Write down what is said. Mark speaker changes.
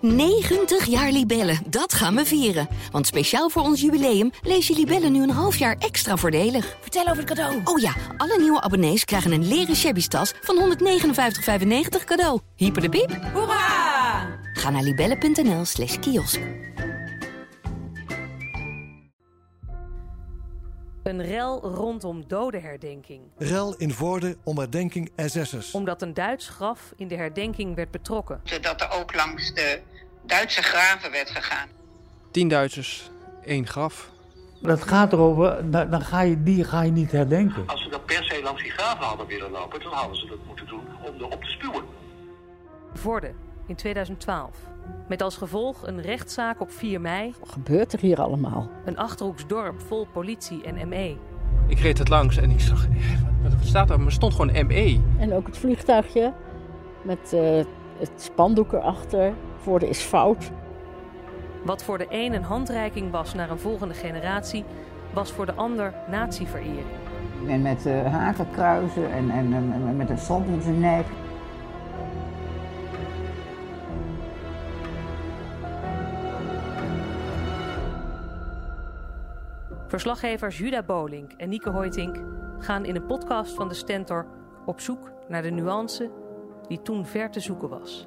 Speaker 1: 90 jaar Libellen, dat gaan we vieren. Want speciaal voor ons jubileum lees je Libellen nu een half jaar extra voordelig.
Speaker 2: Vertel over het cadeau.
Speaker 1: Oh ja, alle nieuwe abonnees krijgen een leren shabby tas van 159,95 cadeau. Hyper de piep.
Speaker 2: Hoera!
Speaker 1: Ga naar libellen.nl slash kiosk.
Speaker 3: Een rel rondom dodenherdenking.
Speaker 4: Rel in Voorde om herdenking SS'ers.
Speaker 3: Omdat een Duits graf in de herdenking werd betrokken.
Speaker 5: dat er ook langs de Duitse graven werd gegaan.
Speaker 6: Tien Duitsers, één graf.
Speaker 7: Dat gaat erover, dan, dan ga je, die ga je niet herdenken.
Speaker 8: Als ze dat per se langs die graven hadden willen lopen, dan hadden ze dat moeten doen om erop te spuwen.
Speaker 3: Vorden in 2012. Met als gevolg een rechtszaak op 4 mei.
Speaker 9: Wat gebeurt er hier allemaal?
Speaker 3: Een achterhoeksdorp vol politie en E. ME.
Speaker 6: Ik reed het langs en ik zag, eh, wat staat er? Er stond gewoon E. ME.
Speaker 9: En ook het vliegtuigje met eh, het spandoek erachter. Voorde is fout.
Speaker 3: Wat voor de een een handreiking was naar een volgende generatie, was voor de ander natieverering.
Speaker 10: En met eh, hakenkruizen en, en, en met een sop om zijn nek.
Speaker 3: Verslaggevers Juda Bolink en Nieke Hoytink gaan in een podcast van de Stentor op zoek naar de nuance die toen ver te zoeken was.